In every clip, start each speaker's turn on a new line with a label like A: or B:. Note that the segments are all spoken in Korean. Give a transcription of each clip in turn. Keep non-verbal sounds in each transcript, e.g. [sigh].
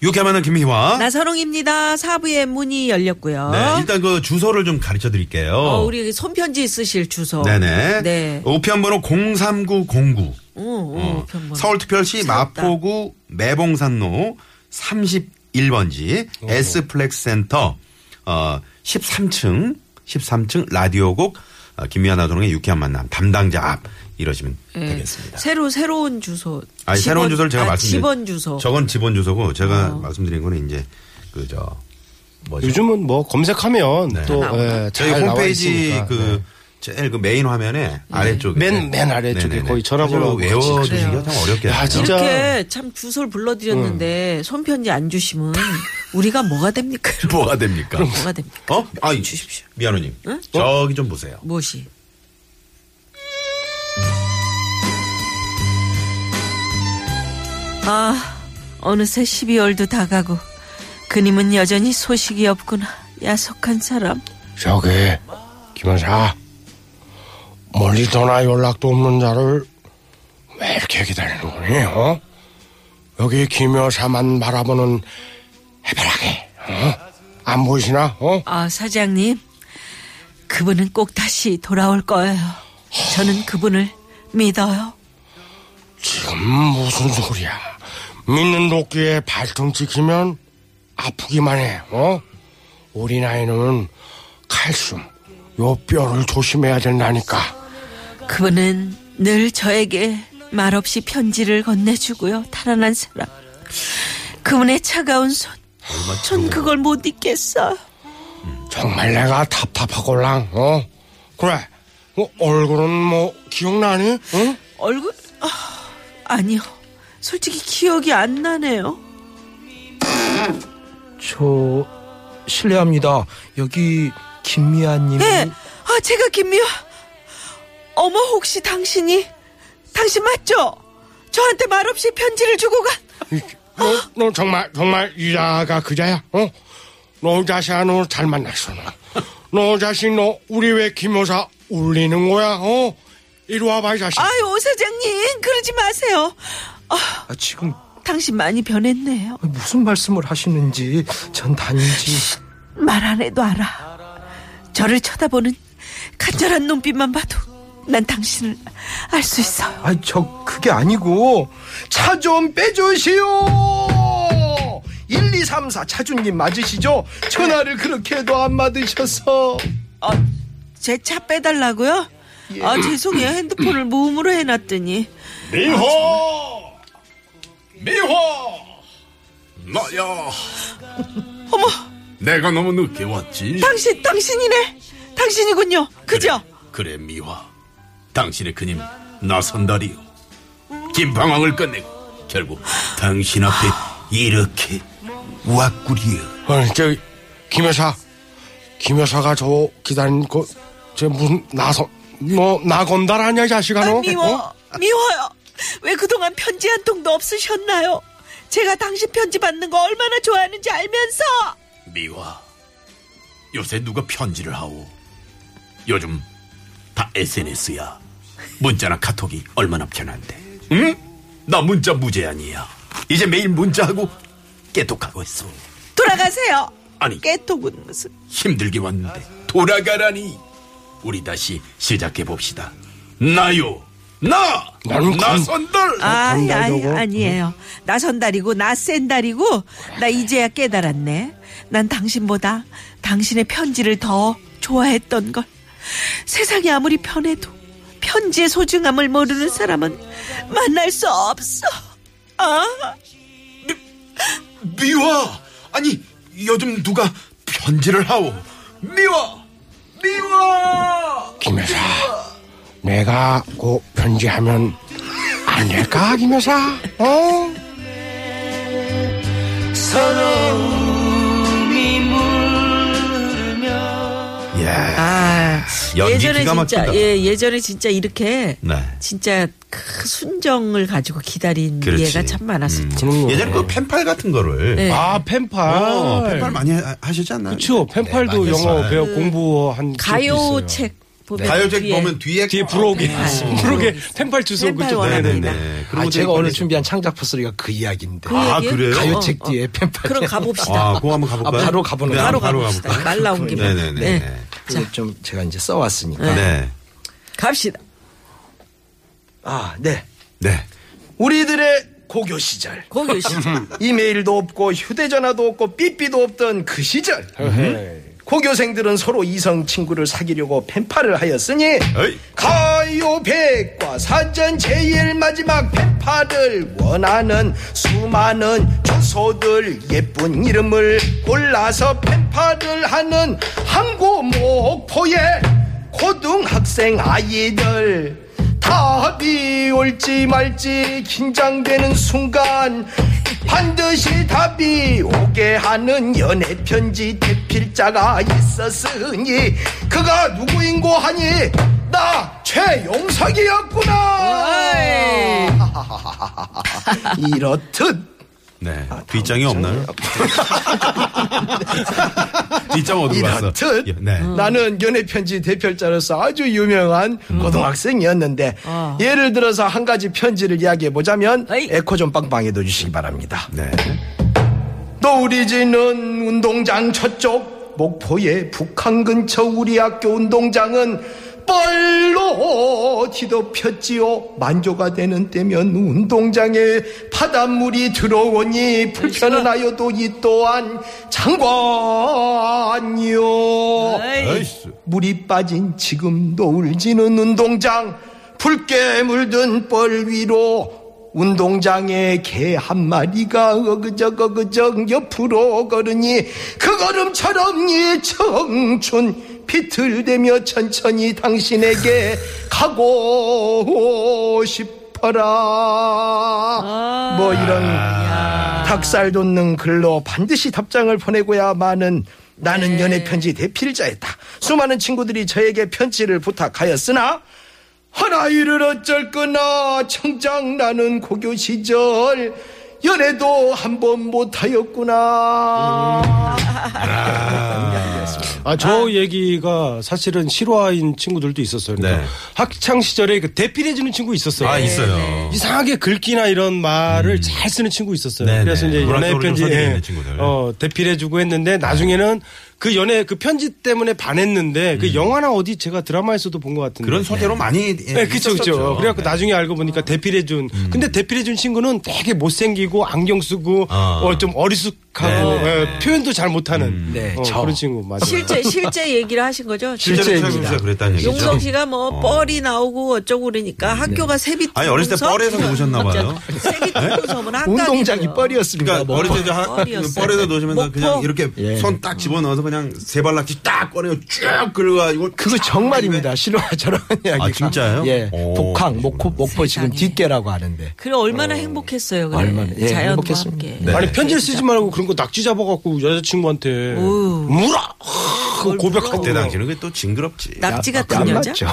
A: 유쾌한 만남 김희화.
B: 나선홍입니다. 사부의 문이 열렸고요.
A: 네, 일단 그 주소를 좀 가르쳐 드릴게요.
B: 어, 우리 손편지 쓰실 주소.
A: 네네.
B: 네.
A: 우편번호 03909.
B: 오, 오,
A: 어,
B: 편번.
A: 서울특별시
B: 새롭다.
A: 마포구 매봉산로 31번지 S플렉스센터 어, 13층 13층 라디오곡 어, 김미아 나도롱의 유쾌한 만남 담당자 앞 이러시면 되겠습니다.
B: 새로 새로운 주소.
A: 아니 새로운 주소를 제가
B: 예. 아,
A: 말씀드린
B: 집원 주소. 어.
A: 저건 집원 주소고 제가 말씀드린 거는 이제 그저 뭐죠?
C: 요즘은 뭐 검색하면 또 예,
A: 네. 저희
C: 잘 나와
A: 홈페이지
C: 있으니까.
A: 그 제일 그 메인 화면에 아래쪽에 네,
C: 맨, 맨 아래쪽에 거의 전화번호
A: 외워주시기가 참 어렵겠네요.
C: 야, 진짜.
B: 이렇게 참 주소를 불러드렸는데 손편지 안 주시면 우리가 뭐가 됩니까?
A: 뭐가 됩니까?
B: 뭐가 됩니까?
A: 어? 아,
B: 주십시오.
A: 미아노님. 저기 좀 보세요.
B: 무엇이? 아, 어느새 12월도 다 가고 그님은 여전히 소식이 없구나. 야속한 사람.
C: 저기 김원사 멀리 전화 연락도 없는 자를 왜 이렇게 기다리는 거니? 어? 여기 김여사만 바라보는 해바라기 어? 안 보이시나? 어?
B: 아, 사장님. 그분은 꼭 다시 돌아올 거예요. 저는 그분을 믿어요.
C: 지금 무슨 소리야? 믿는 도끼에 발등 찍히면 아프기만 해. 어? 우리 나이는 칼슘, 요 뼈를 조심해야 된다니까.
B: 그분은 늘 저에게 말없이 편지를 건네주고요. 달아난 사람. 그분의 차가운 손. 전 그걸 못 잊겠어요.
C: 정말 내가 답답하고랑 어 그래 뭐 얼굴은 뭐 기억나니 응?
B: 얼굴 아, 아니요. 솔직히 기억이 안 나네요.
D: 저 실례합니다. 여기 김미아님이
B: 예. 아, 제가 김미화. 어머, 혹시 당신이 당신 맞죠? 저한테 말없이 편지를 주고 간
C: 너, 너 정말 정말 이자가 그자야 어? 너 자식아 너 잘 만났어 너. 너 자식 너 우리 왜 김여사 울리는 거야 어? 이리 와봐 이 자식
B: 아유, 오 사장님, 그러지 마세요. 아,
D: 아, 지금
B: 당신 많이 변했네요.
D: 무슨 말씀을 하시는지 전 단지
B: 말 안 해도 알아. 저를 쳐다보는 간절한 눈빛만 봐도 난 당신을 알 수 있어요.
D: 아이 저 그게 아니고 차 좀 빼주시오. 1, 2, 3, 4 차주님 맞으시죠? 전화를 그렇게 해도 안 받으셔서
B: 제 차 빼달라고요? 아, 죄송해요. 핸드폰을 모음으로 해놨더니.
C: 미호 미호
E: 나야
B: [laughs] 어머,
E: 내가 너무 늦게 왔지
B: 당신, 당신이네. 당신이군요. 그죠?
E: 그래 미화 당신의 그님 나선다리요 김방황을 끝내고 결국 당신 앞에 이렇게 왔구리요
C: 어, 저 김여사 김여사가 저 기다린 거저 무슨 나서 너 나건달 아니야 이 자식아 너
B: 아,
C: 어?
B: 미워, 미워요. 왜 그동안 편지 한 통도 없으셨나요? 제가 당신 편지 받는 거 얼마나 좋아하는지 알면서.
E: 미화 요새 누가 편지를 하오 요즘 다 SNS야 문자나 카톡이 얼마나 편한데 응? 나 문자 무제한이야 이제 매일 문자하고 깨톡하고 있어
B: 돌아가세요.
E: 아니.
B: 깨톡은 무슨.
E: 힘들게 왔는데 돌아가라니 우리 다시 시작해 봅시다 나요 나
C: 나는 간-
E: 나선들
B: 아, 아니, 아니,
C: 저거?
B: 아니에요. 나선달이고 나센달이고 나 이제야 깨달았네. 난 당신보다 당신의 편지를 더 좋아했던 걸. 세상이 아무리 편해도 편지의 소중함을 모르는 사람은 만날 수 없어. 아,
E: 미워 아니 요즘 누가 편지를 하오 미워 미워
C: 김여사 내가 꼭 편지하면 안 될까 김여사 어?
D: 서러움이 물을
A: 예.
B: 아,
A: 연기
B: 예전에
A: 기가
B: 진짜
A: 막힌다.
B: 예, 예전에 진짜 이렇게
A: 네.
B: 진짜 그 순정을 가지고 기다린
A: 그렇지.
B: 예가 참 많았었죠.
F: 그럼요.
A: 예전에 그 펜팔 같은 거를.
B: 네.
F: 아 펜팔.
A: 어, 펜팔 많이 하- 하시지 않나요?
F: 그렇죠. 펜팔도
A: 많이
F: 영어
A: 했어요.
F: 배워 공부한 기억도 있어요.
B: 가요책 보면
A: 가요책
B: 뒤에
A: 보면 뒤에.
F: 뒤에 부록이 [laughs] 부록에 펜팔 주소
B: 네. 펜팔
F: 그쪽
B: 원하는
F: 네네네.
B: 거.
A: 네네네.
D: 아,
A: 그리고
D: 제가
A: 되게
D: 오늘
A: 꺼내서-
D: 준비한 창작 포스리가 그 이야기인데.
B: 그
A: 아,
B: 얘기예요? 어,
A: 그래요?
D: 가요책 뒤에 펜팔.
B: 그럼 가봅시다.
A: 아, 그거 한번 가볼까요?
D: 아, 바로 가보는
A: 네,
D: 거예요?
B: 바로
A: 한번
B: 가봅시다.
A: 가볼까요?
B: 말 나온 김에.
A: 네네네.
B: 네.
A: 네.
D: 이게 좀 제가 이제 써왔으니까.
A: 네.
B: 갑시다.
D: 아, 네.
A: 네.
D: 우리들의 고교 시절.
B: 고교 씨.
D: 이메일도 없고 휴대전화도 없고 삐삐도 없던 그 시절. 고교생들은 서로 이성 친구를 사귀려고 펜팔을 하였으니
A: 어이.
D: 가요 백과 사전 제일 마지막 펜팔을 원하는 수많은 초소들 예쁜 이름을 골라서 펜팔을 하는 항구 목포의 고등학생 아이들 답이 올지 말지 긴장되는 순간 반드시 답이 오게 하는 연애 편지 대필자가 있었으니 그가 누구인고 하니 나 최용석이었구나 [laughs] 이렇듯
A: 네. 뒷장이 없나요? [laughs] 뒷장 어디로 갔어?
D: 이렇듯 음.
A: 예, 네.
D: 나는 연애편지 대필자로서 아주 유명한
A: 음.
D: 고등학생이었는데 예를 들어서 한 가지 편지를 이야기해보자면
B: 어이.
D: 에코 좀 빵빵해도 주시기 바랍니다
A: 네.
D: 또 우리 지는 운동장 저쪽 목포의 북한 근처 우리 학교 운동장은 뻘로 뒤덮였지요 만조가 되는 때면 운동장에 바닷물이 들어오니 불편하여도 이 또한 장관이요
A: 에이씨.
D: 물이 빠진 지금도 울지는 운동장 붉게 물든 뻘 위로 운동장에 개 한 마리가 어그적 어그적 옆으로 걸으니 그 걸음처럼 이 청춘 비틀대며 천천히 당신에게 가고 싶어라 뭐 이런 닭살 돋는 글로 반드시 답장을 보내고야만은 나는 연애 편지 대필자였다. 수많은 친구들이 저에게 편지를 부탁하였으나 하나이를 어쩔 거나 청장 나는 고교 시절 연애도 한 번 못하였구나.
F: 아 저 얘기가 사실은 실화인 친구들도 있었어요. 그러니까
A: 네.
F: 학창 시절에 그 대필해주는 친구 있었어요.
A: 아, 있어요. 음.
F: 이상하게 글귀나 이런 말을 잘 쓰는 친구 있었어요.
A: 네네.
F: 그래서 이제
A: 문학적으로
F: 연애
A: 좀
F: 편지
A: 선정이
F: 예,
A: 있는 친구들. 네.
F: 어, 대필해주고 했는데 나중에는 그 연애 그 편지 때문에 반했는데 그 영화나 어디 제가 드라마에서도 본 것 같은데
A: 음. 그런 소재로 많이. 예,
F: 네, 그쵸, 그쵸.
A: 있었었죠. 네.
F: 그래갖고
A: 음.
F: 나중에 알고 보니까 대필해준. 근데 대필해준 친구는 되게 못생기고, 안경 쓰고,
A: 아.
F: 어, 좀 어리숙하고,
A: 네, 네,
F: 예,
A: 네.
F: 표현도 잘 못하는.
D: 네,
F: 어,
D: 저.
F: 그런 친구, 맞아요.
B: 실제 실제 얘기를 하신 거죠?
A: 실제로 최영국 씨가 그랬다는 얘기죠. 어.
B: 용석 씨가 뭐 뻘이 나오고 어쩌고
D: 음,
B: 그러니까
D: 네.
B: 학교가 세비
A: 아니, 어렸을 때 뻘에서 오셨나 봐요. 네?
B: 세비 투구섬은 학교 아,
D: 운동장이 뻘이었습니다.
A: 그러니까
D: 뭐.
A: 어릴 때 하-
B: 뻘이었어요.
A: 뻘에다 놓으시면 그냥
B: 목포.
A: 이렇게 손 딱 집어넣어서 그냥 세발낙지 딱 꺼내고 쭉 긁어가지고
D: 그거 정말입니다. 실화 저런 이야기가.
A: 아, 진짜요?
D: 예.
A: 오,
D: 북항, 목포, 목포 지금 뒷계라고 하는데.
B: 그래 얼마나 행복했어요. 그래.
D: 얼마나, 예,
B: 자연과
D: 행복했습니다.
B: 함께.
A: 네.
F: 아니, 편지를 쓰지 말고 그런 거 낙지 잡아갖고 여자친구한테, 물어! 그 고백하고.
A: 그때 당시는 그게 또 징그럽지.
B: 낙지 같은
D: 안
B: 여자?
D: 맞죠?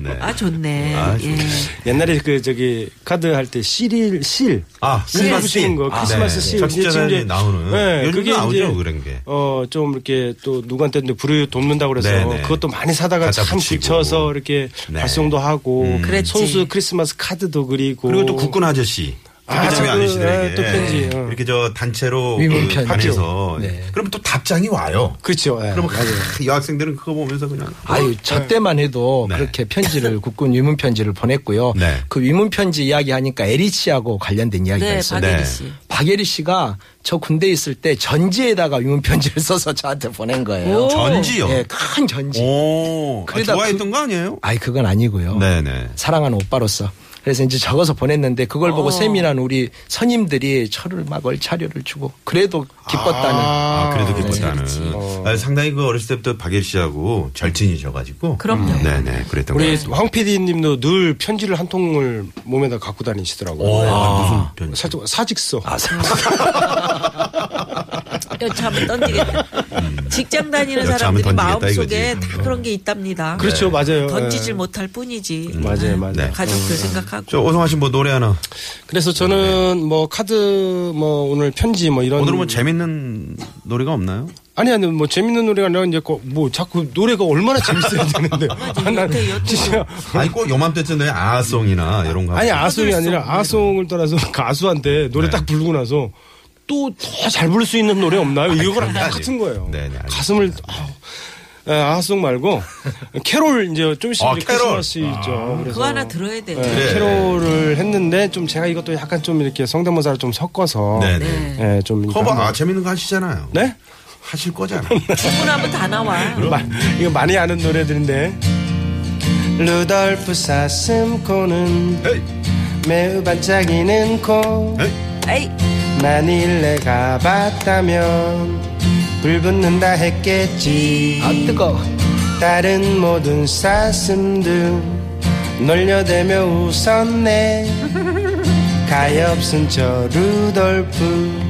A: 네.
B: 아 좋네.
A: 아,
B: 예.
F: 옛날에 그, 저기, 카드 할 때 실일, 실.
A: 아, 네,
F: 크리스마스 씬, 거, 크리스마스 씬.
A: 적자에
F: 이제-
A: 나오는.
F: 네,
A: 요즘
F: 그게
A: 나오죠,
F: 이제,
A: 그런 게.
F: 어, 좀 이렇게 또 누구한테 이제 불을 돕는다고 그래서
A: 네, 네.
F: 그것도 많이 사다가
A: 갖다
F: 참
A: 붙이고.
F: 붙여서 이렇게
A: 네.
F: 발송도 하고
B: 그랬지.
F: 손수 크리스마스 카드도 그리고
A: 그리고 또 국군 아저씨.
F: 아,
A: 특별히
F: 저
A: 아저씨들에게
F: 그, 예, 또 편지, 어.
A: 이렇게 저 단체로
D: 위문
A: 그
D: 편지.
A: 반해서
D: 네.
A: 그러면 또 답장이 와요.
F: 그렇죠. 예.
A: [laughs] 그러면 크, 여학생들은 그거 보면서 그냥
D: 아유, 저 때만 해도
A: 예. 네.
D: 그렇게 편지를 국군 위문 편지를 보냈고요.
A: 네.
D: 그 위문 편지 이야기 하니까 에리 씨하고 관련된 이야기가
B: 네,
D: 있어요.
B: 박예리
A: 네.
B: 씨.
D: 박예리 씨가 저 군대 에 있을 때 전지에다가 위문 편지를 [laughs] 써서 저한테 보낸 거예요.
B: 오.
A: 전지요.
D: 예, 큰 전지.
A: 오, 아,
D: 그러다
A: 좋아했던 거 아니에요?
D: 아이 그건 아니고요.
A: 네네.
D: 사랑하는 오빠로서. 그래서 이제 적어서 보냈는데 그걸 보고 세민한 우리 선임들이 철을 막 얼차려를 주고 그래도 기뻤다는.
A: 아, 그래도 기뻤다는.
B: 그렇지,
A: 아, 상당히 그 어렸을 때부터 박예리 씨하고 절친이셔가지고.
B: 그럼요.
A: 네네. 그랬던 거
F: 우리
A: 같습니다.
F: 황 PD님도 늘 편지를 한 통을 몸에다 갖고
A: 아,
F: 네. 아, 다니시더라고요.
D: [laughs]
A: 네. 오, 무슨 편지?
F: 사, 직서
D: 아, 사-
B: 여차 한번 던지겠다. 직장 다니는
A: 여차
B: 사람들이
A: 한번 음. 던지겠다
B: 마음속에
A: 이거지.
B: 다 그런 게 있답니다.
F: 그렇죠, 맞아요.
B: 던지질
D: 네.
F: 예.
B: 못할 뿐이지.
F: 맞아요, 맞아요.
A: 네.
B: 가족들 생각하고.
A: 저 오성아 씨 뭐 노래 하나.
F: 그래서 저는 뭐 카드 뭐 오늘 편지 뭐 이런
A: 오늘은 뭐 재밌는 노래가 없나요?
F: 아니 아니 뭐 재밌는 노래가 아니라 이제 거- 뭐 자꾸 노래가 얼마나 재밌어야
B: [laughs]
F: 되는데 아, 난
B: 여태, 여태.
F: 진짜
A: 아니 꼭 요맘때쯤 되면 아송이나 이런 거.
F: 아니
A: 하고.
F: 아송이 아니라 아송을 떠나서 가수한테
A: 네.
F: 노래 딱 부르고 나서 또 더 잘 부를 수 있는 노래 없나요?
A: 그건
F: 이거랑
A: 아니에요.
F: 같은 거예요.
A: 네, 네, 알겠습니다.
F: 가슴을 아우, 에,
A: [laughs]
F: 아송 말고 캐롤 이제 좀씩
A: 아,
F: 이제
A: 캐롤. 아,
F: 크리스마스 있죠. 그래서
B: 그거 하나 들어야 돼.
D: 네.
F: 예,
A: 그래.
F: 캐롤을 했는데 좀 제가 이것도 약간 좀 이렇게 성대모사를 좀 섞어서
A: 네네.
F: 예, 좀 이렇게
A: 커버
F: 한번-
A: 아 재밌는 거 하시잖아요.
F: 네?
A: 하실
F: [laughs]
A: 거잖아.
B: 충분하면 다 나와.
F: 마, 이거 많이 아는 노래들인데 루돌프 사슴코는
A: 에이.
F: 매우 반짝이는 코
A: 에이.
B: 에이,
F: 만일 내가 봤다면 불붙는다 했겠지 아 뜨거 다른 모든 사슴들 놀려대며 웃었네 가엾은 저 루돌프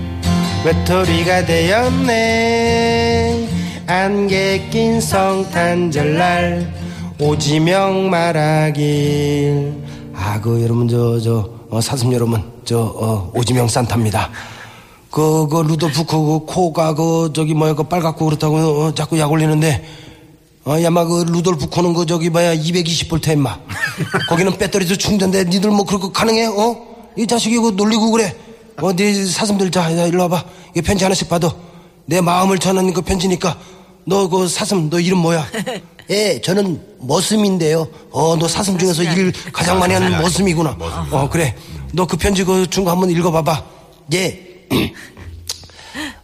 F: 외톨이가 되었네 안개 낀 성탄절날 오지명 말하길 아 그 여러분 저 저 사슴 여러분 저 어, 오지명 산타입니다 그, 그, 루돌프, 그, 그 코가, 그, 저기, 뭐야, 그, 빨갛고 그렇다고, 어, 자꾸 약 올리는데, 어, 야마, 그, 루돌프 코는 그, 저기, 뭐야, 220볼트, [laughs] 임마. 거기는 배터리도 충전돼. 니들 뭐, 그렇게 가능해? 어? 이 자식이 그, 놀리고 그래. 어, 네 사슴들, 자, 야, 일로 와봐. 이 편지 하나씩 받아. 내 마음을 전하는 그 편지니까, 너, 그, 사슴, 너 이름 [laughs] 뭐야? 예, 저는 머슴인데요. 어, 너 사슴 중에서 일 가장 많이 하는 머슴이구나. 어, 그래. 너 그 편지 그 준 거 한번 읽어봐봐. 예,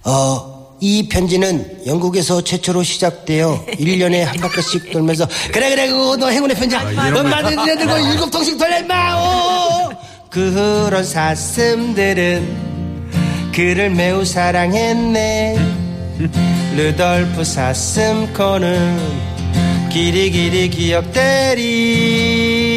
F: 어, 이 편지는 영국에서 최초로 시작되어 1년에 한 바퀴씩 돌면서 그래 그래 그거 너 행운의 편지야 넌 많은 애 들고 일곱 통씩 돌려 임마 오, 오. 그런 사슴들은 그를 매우 사랑했네 르돌프 사슴코는 길이 길이 기억되리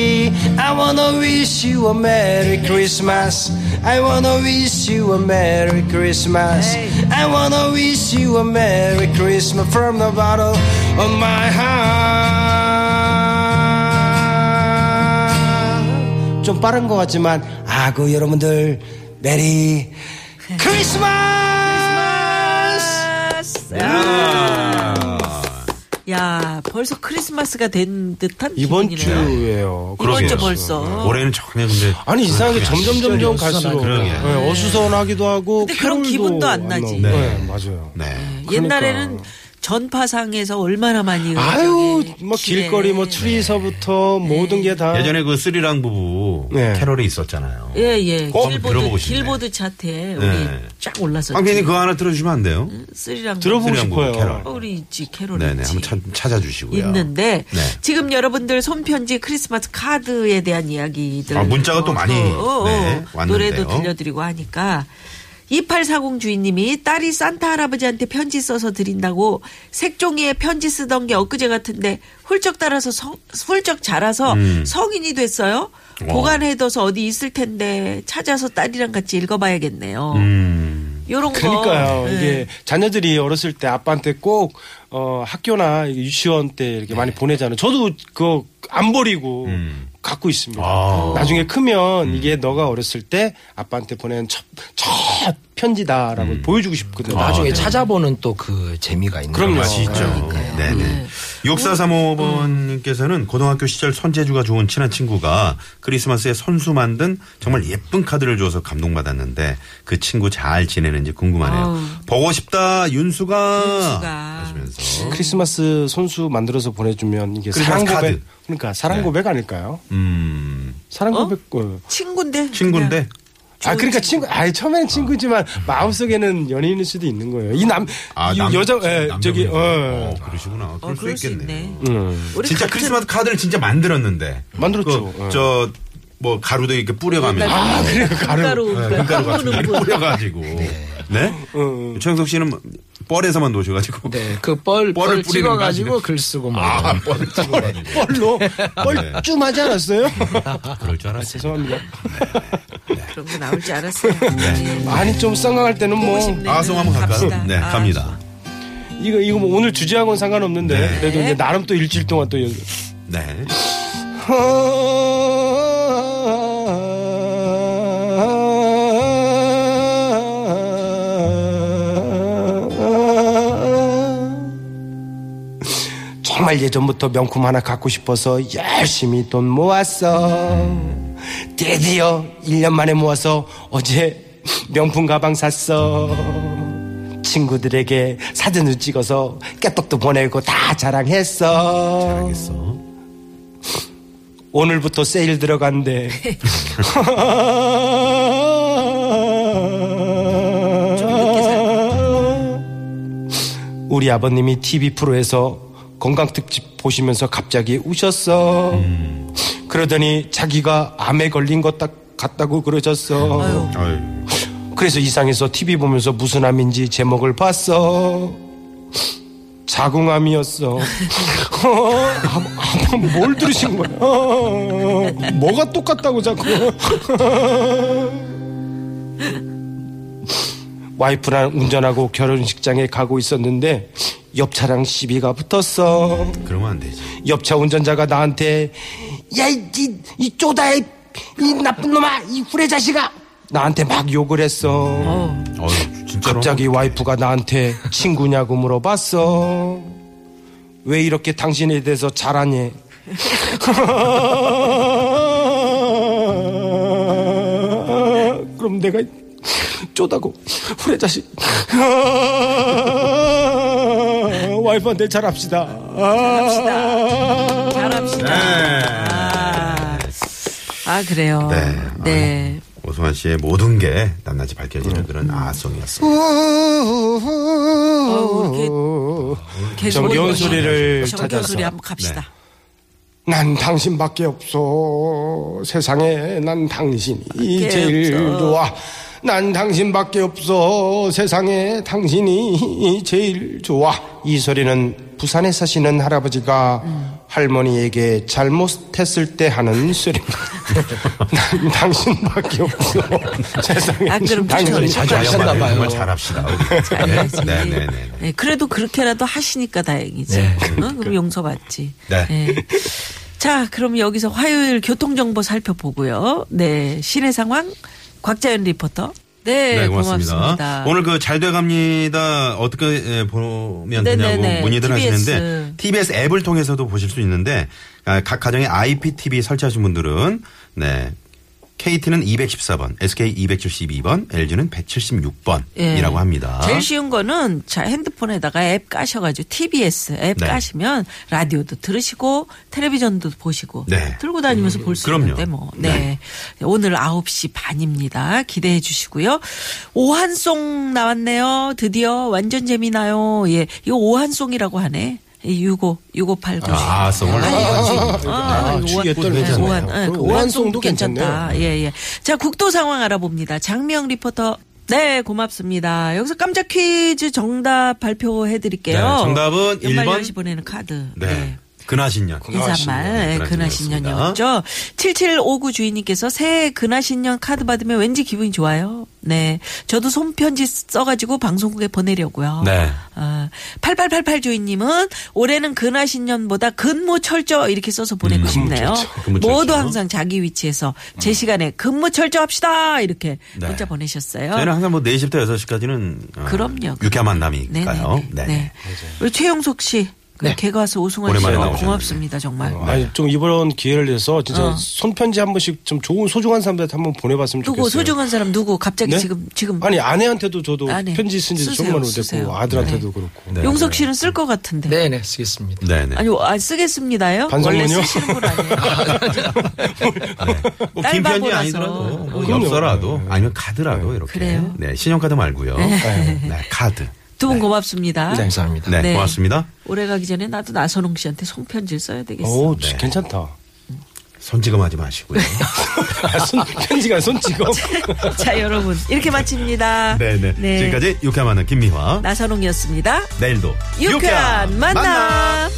F: I wanna wish you a Merry Christmas I wanna wish you a Merry Christmas I wanna wish you a Merry Christmas From the bottom of my heart 좀 빠른 것 같지만 아그 여러분들 메리 크리스마스
B: 야, 벌써 크리스마스가 된 듯한
F: 이번
B: 기분이네요.
F: 주예요. 그러니까
B: 이번 주
A: 그러게요.
B: 벌써.
A: 어, 올해는 전혀 근데
F: 아니 이상하게 점점 점점 갈수록
A: 그러게.
F: 예, 어수선하기도 하고
B: 근데 그런
F: 캐롤도
B: 기분도 안 나지.
F: 나오고.
A: 네.
F: 네, 맞아요.
A: 네.
B: 옛날에는 전파상에서 얼마나 많이
F: 아유,
B: 음악에
F: 뭐
B: 길에
F: 길거리 뭐 트리서부터
B: 네.
F: 모든 게 다.
A: 예전에 그 스리랑 부부
F: 네.
A: 캐롤이 있었잖아요.
B: 예, 예.
A: 어?
B: 길보드,
A: 들어보고 싶네.
B: 길보드 차트에 우리
A: 네.
B: 쫙 올랐었지.
A: 황빈이 그거 하나 들어주시면 안 돼요?
B: 쓰리랑
F: 들어보고
A: 스리랑 부부
F: 싶어요.
A: 캐롤.
B: 우리 있지, 캐롤
A: 네네.
B: 있지.
A: 한번 찾- 찾아주시고요.
B: 있는데
A: 네.
B: 지금 여러분들 손편지 크리스마스 카드에 대한 이야기들 어,
A: 아, 문자가 또 많이, 네, 왔는데요.
B: 노래도 들려드리고 하니까 2840 주인님이 딸이 산타 할아버지한테 편지 써서 드린다고 색종이에 편지 쓰던 게 엊그제 같은데 훌쩍 따라서 성, 훌쩍 자라서
A: 음.
B: 성인이 됐어요. 보관해둬서 어디 있을 텐데 찾아서 딸이랑 같이 읽어봐야겠네요.
A: 음.
B: 요런 거.
F: 그러니까요.
B: 네.
F: 이게 자녀들이 어렸을 때 아빠한테 꼭 어, 학교나 이게 유치원 때 이렇게
A: 네.
F: 많이 보내잖아요. 저도 그거 안 버리고 갖고 있습니다.
A: 음. 아.
F: 나중에 크면 이게 너가 어렸을 때 아빠한테 보낸 첫, 첫 편지다라고
A: 음.
F: 보여주고 싶거든요.
G: 나중에
A: 네.
G: 찾아보는 또 그 재미가 있는
F: 그럼요.
G: 거죠.
A: 맛이 있죠. 네네. 6435번님께서는 고등학교 시절 손재주가 좋은 친한 친구가 크리스마스에 선수 만든 정말 예쁜 카드를 줘서 감동받았는데 그 친구 잘 지내는지 궁금하네요. 보고 싶다, 윤수가.
B: 윤수가.
A: 하시면서.
F: 크리스마스 손수 만들어서 보내주면 이게 사랑
A: 크리스마스
F: 고백
A: 카드.
F: 그러니까 사랑
A: 네.
F: 고백 아닐까요?
A: 음,
F: 사랑
B: 어?
F: 고백 어.
B: 친구인데. 그냥.
A: 친구인데.
F: 아 그러니까 친구 아 처음에는 친구지만 마음속에는 연인일 수도 있는 거예요. 이 남
A: 아,
F: 이
A: 남-
F: 여자 예,
A: 남자분이구나.
F: 저기 어.
A: 어, 그러시구나. 그럴
B: 어,
A: 수
B: 그럴 수
A: 있겠네.
B: 있네.
F: 음.
B: 우리
A: 진짜
B: 같은
A: 크리스마스 카드를 진짜 만들었는데.
F: 만들었죠.
A: 그,
F: 예.
A: 저, 뭐, 가루도 이렇게 뿌려가면서.
F: 아 그래요 가루.
B: 가루.
A: 네, 금가루 같은 거
B: 깎아놓은
A: 이렇게
B: 거.
A: 뿌려가지고. 네? 최영석 씨는 뻘에서만 노셔가지고.
G: 네, 그뻘
A: 뻘을 뿌리는 거
G: 찍어가지고
A: 아니에요?
G: 글 쓰고 뭐.
A: 아,
G: [laughs]
A: 뻘을 찍어가지고. 네. 음.
F: 뻘로 뻘쭘하지 않았어요?
A: 그럴 줄 알았어요.
F: 죄송합니다.
A: 네.
B: 그런 거 나올 줄
A: [laughs]
B: 알았어요. 예.
F: 아니 좀 쌍강할 때는 뭐
B: 보고 싶네.
A: 아송 한번 갈까요?
B: 갑시다.
A: 네,
B: 아.
A: 갑니다.
F: 이거 이거 뭐 오늘 주제하고는 상관없는데
A: 네.
F: 그래도 이제 나름 또 일주일 동안 또 연습.
A: 네.
F: 아. 정말 예전부터 명품 하나 갖고 싶어서 열심히 돈 모았어. 드디어 1년 만에 모아서 어제 명품 가방 샀어. 친구들에게 사진을 찍어서 깨떡도 보내고 다 자랑했어.
A: 알겠어.
F: 오늘부터 세일 들어간대. 우리 아버님이 TV 프로에서 건강 특집 보시면서 갑자기 우셨어.
A: 음.
F: 그러더니 자기가 암에 걸린 것 같- 같다고 그러셨어.
A: 아유,
F: 그래서 이상해서 TV 보면서 무슨 암인지 제목을 봤어. 자궁암이었어. 어, 암, 암은 뭘 들으신 거야? 어, 뭐가 똑같다고 자꾸. 와이프랑 운전하고 결혼식장에 가고 있었는데 옆 차랑 시비가 붙었어.
A: 그러면 안 되지.
F: 옆차 운전자가 나한테 야이 이, 이 쪼다이 이 나쁜 놈아 이 후레 자식아 나한테 막 욕을 했어.
A: 어유, 진짜로. 네.
F: 갑자기 와이프가 나한테 친구냐고 물어봤어. 왜 이렇게 당신에 대해서 잘하니? [laughs] 그럼 내가 쪼다고 후레 자식 [laughs] 와이프한테 잘합시다. 잘합시다.
B: 아, 아, 그래요.
A: 네.
B: 네. 네.
A: 오승환 씨의 모든 게 낱낱이 밝혀지는 그런 아송이었습니다.
B: 어, 이렇게 계속
F: 정겨운
B: 오는
F: 소리를
B: 거죠. 정겨운
F: 찾아서.
B: 소리 한번 갑시다.
F: 난 당신밖에 없어. 세상에 난 당신이 제일
B: 없어.
F: 좋아. 난 당신밖에 없어. 세상에 당신이 제일 좋아. 이 소리는 부산에 사시는 할아버지가 할머니에게 잘못했을 때 하는 소리입니다. [laughs] 난 당신밖에 없어. 세상에
B: 아, 그럼
F: 당신이
B: 추천.
G: 자주
A: 정말
G: 하셨나 봐요.
B: [laughs]
A: 정말 잘합시다.
B: 알겠지.
A: 네, 네, 네.
B: 네, 그래도 그렇게라도 하시니까 다행이지.
G: 네.
B: 어? 그럼 용서받지.
A: 네.
B: 자, 그럼 여기서 화요일 교통정보 살펴보고요. 네, 시내 상황 곽자연 리포터. 네,
A: 네,
B: 고맙습니다.
A: 고맙습니다. 오늘 그 잘 돼갑니다. 어떻게 예, 보면
B: 네,
A: 되냐고
B: 네, 네.
A: 문의들
B: TBS.
A: 하시는데 TBS 앱을 통해서도 보실 수 있는데 아, 각 가정에 IPTV 설치하신 분들은 네. KT는 214번, SK 272번, LG는 176번이라고
B: 예.
A: 합니다.
B: 제일 쉬운 거는 자 핸드폰에다가 앱 까셔가지고 TBS 앱
A: 네.
B: 까시면 라디오도 들으시고 텔레비전도 보시고
A: 네.
B: 들고 다니면서 볼 수
A: 그럼요.
B: 있는데 뭐. 네. 오늘 9시 반입니다. 기대해 주시고요. 오한송 나왔네요. 드디어 완전 재미나요. 예. 이거 오한송이라고 하네. 65, 6589.
A: 아, 송을
B: 아,
G: 아, 주위에 또
B: 오한,
G: 괜찮아요.
B: 오한, 예, 그
G: 그럼
B: 오한송도
G: 오한송도
B: 괜찮다. 예, 예. 자, 국도 상황 알아봅니다. 장명 리포터. 네, 고맙습니다. 여기서 깜짝 퀴즈 정답 발표해 드릴게요.
A: 네, 정답은
B: 연말
A: 1번.
B: 연시 보내는 카드.
A: 네. 근하신년.
B: 인사말
A: 네,
B: 근하신년이었죠. 7759 주인님께서 새해 근하신년 카드 받으면 왠지 기분이 좋아요. 네. 저도 손편지 써가지고 방송국에 보내려고요.
A: 네.
B: 아, 8888 주인님은 올해는 근하신년보다 근무 철저 이렇게 써서 보내고 싶네요.
A: 음, 근무 철저. 음.
B: 모두 항상 자기 위치에서 제 시간에 근무 철저합시다 이렇게
A: 네.
B: 문자 보내셨어요.
A: 저희는 항상 뭐 4시부터 6시까지는 어,
B: 그럼요.
A: 유쾌한 만남이니까요.
B: 네네네.
A: 네.
B: 네. 우리 최용석 씨, 그 개가수 오승환 씨
A: 오랜만에 나오셨는데. 어,
B: 고맙습니다 정말.
F: 아니 좀 이번 기회를 내서 진짜 손편지 한 번씩 좀 좋은 소중한 사람들한테 한 번 보내봤으면
B: 어. 누구
F: 좋겠어요.
B: 소중한 사람 누구 갑자기
F: 네?
B: 지금 지금
F: 아니 아내한테도 저도
B: 아내.
F: 편지 쓴지
B: 쓰세요,
F: 정말 오래됐고
B: 쓰세요. 네.
F: 아들한테도 그렇고
A: 네,
B: 용석 씨는 쓸 것 같은데.
G: 네네 쓰겠습니다.
A: 네네.
B: 아니 아, 쓰겠습니다요. 원래
F: 반성문이요?
B: 쓰시는 분 아니에요.
A: [laughs] 뭐
B: 딸
A: 긴 편이
B: 바보라서.
A: 아니더라도 뭐
F: 그럼요.
A: 엽서라도 아니면 카드라도 이렇게
B: 그래요?
A: 네 신용카드 말고요 네, 카드
B: 두 분 고맙습니다.
G: 감사합니다.
A: 네,
B: 네.
A: 고맙습니다
B: 올해 가기 전에 나도 나선홍 씨한테 손편지를 써야 되겠어. [laughs]
F: 오
A: 네.
F: 괜찮다
A: 손지검하지 마시고요
F: 아, 손, [laughs] 편지가 손찍어
B: [laughs] 자 여러분 이렇게 마칩니다.
A: [laughs] 네네
B: 네.
A: 지금까지 유쾌한 만남 김미화
B: 나선홍이었습니다.
A: 내일도
B: 유쾌한 만남.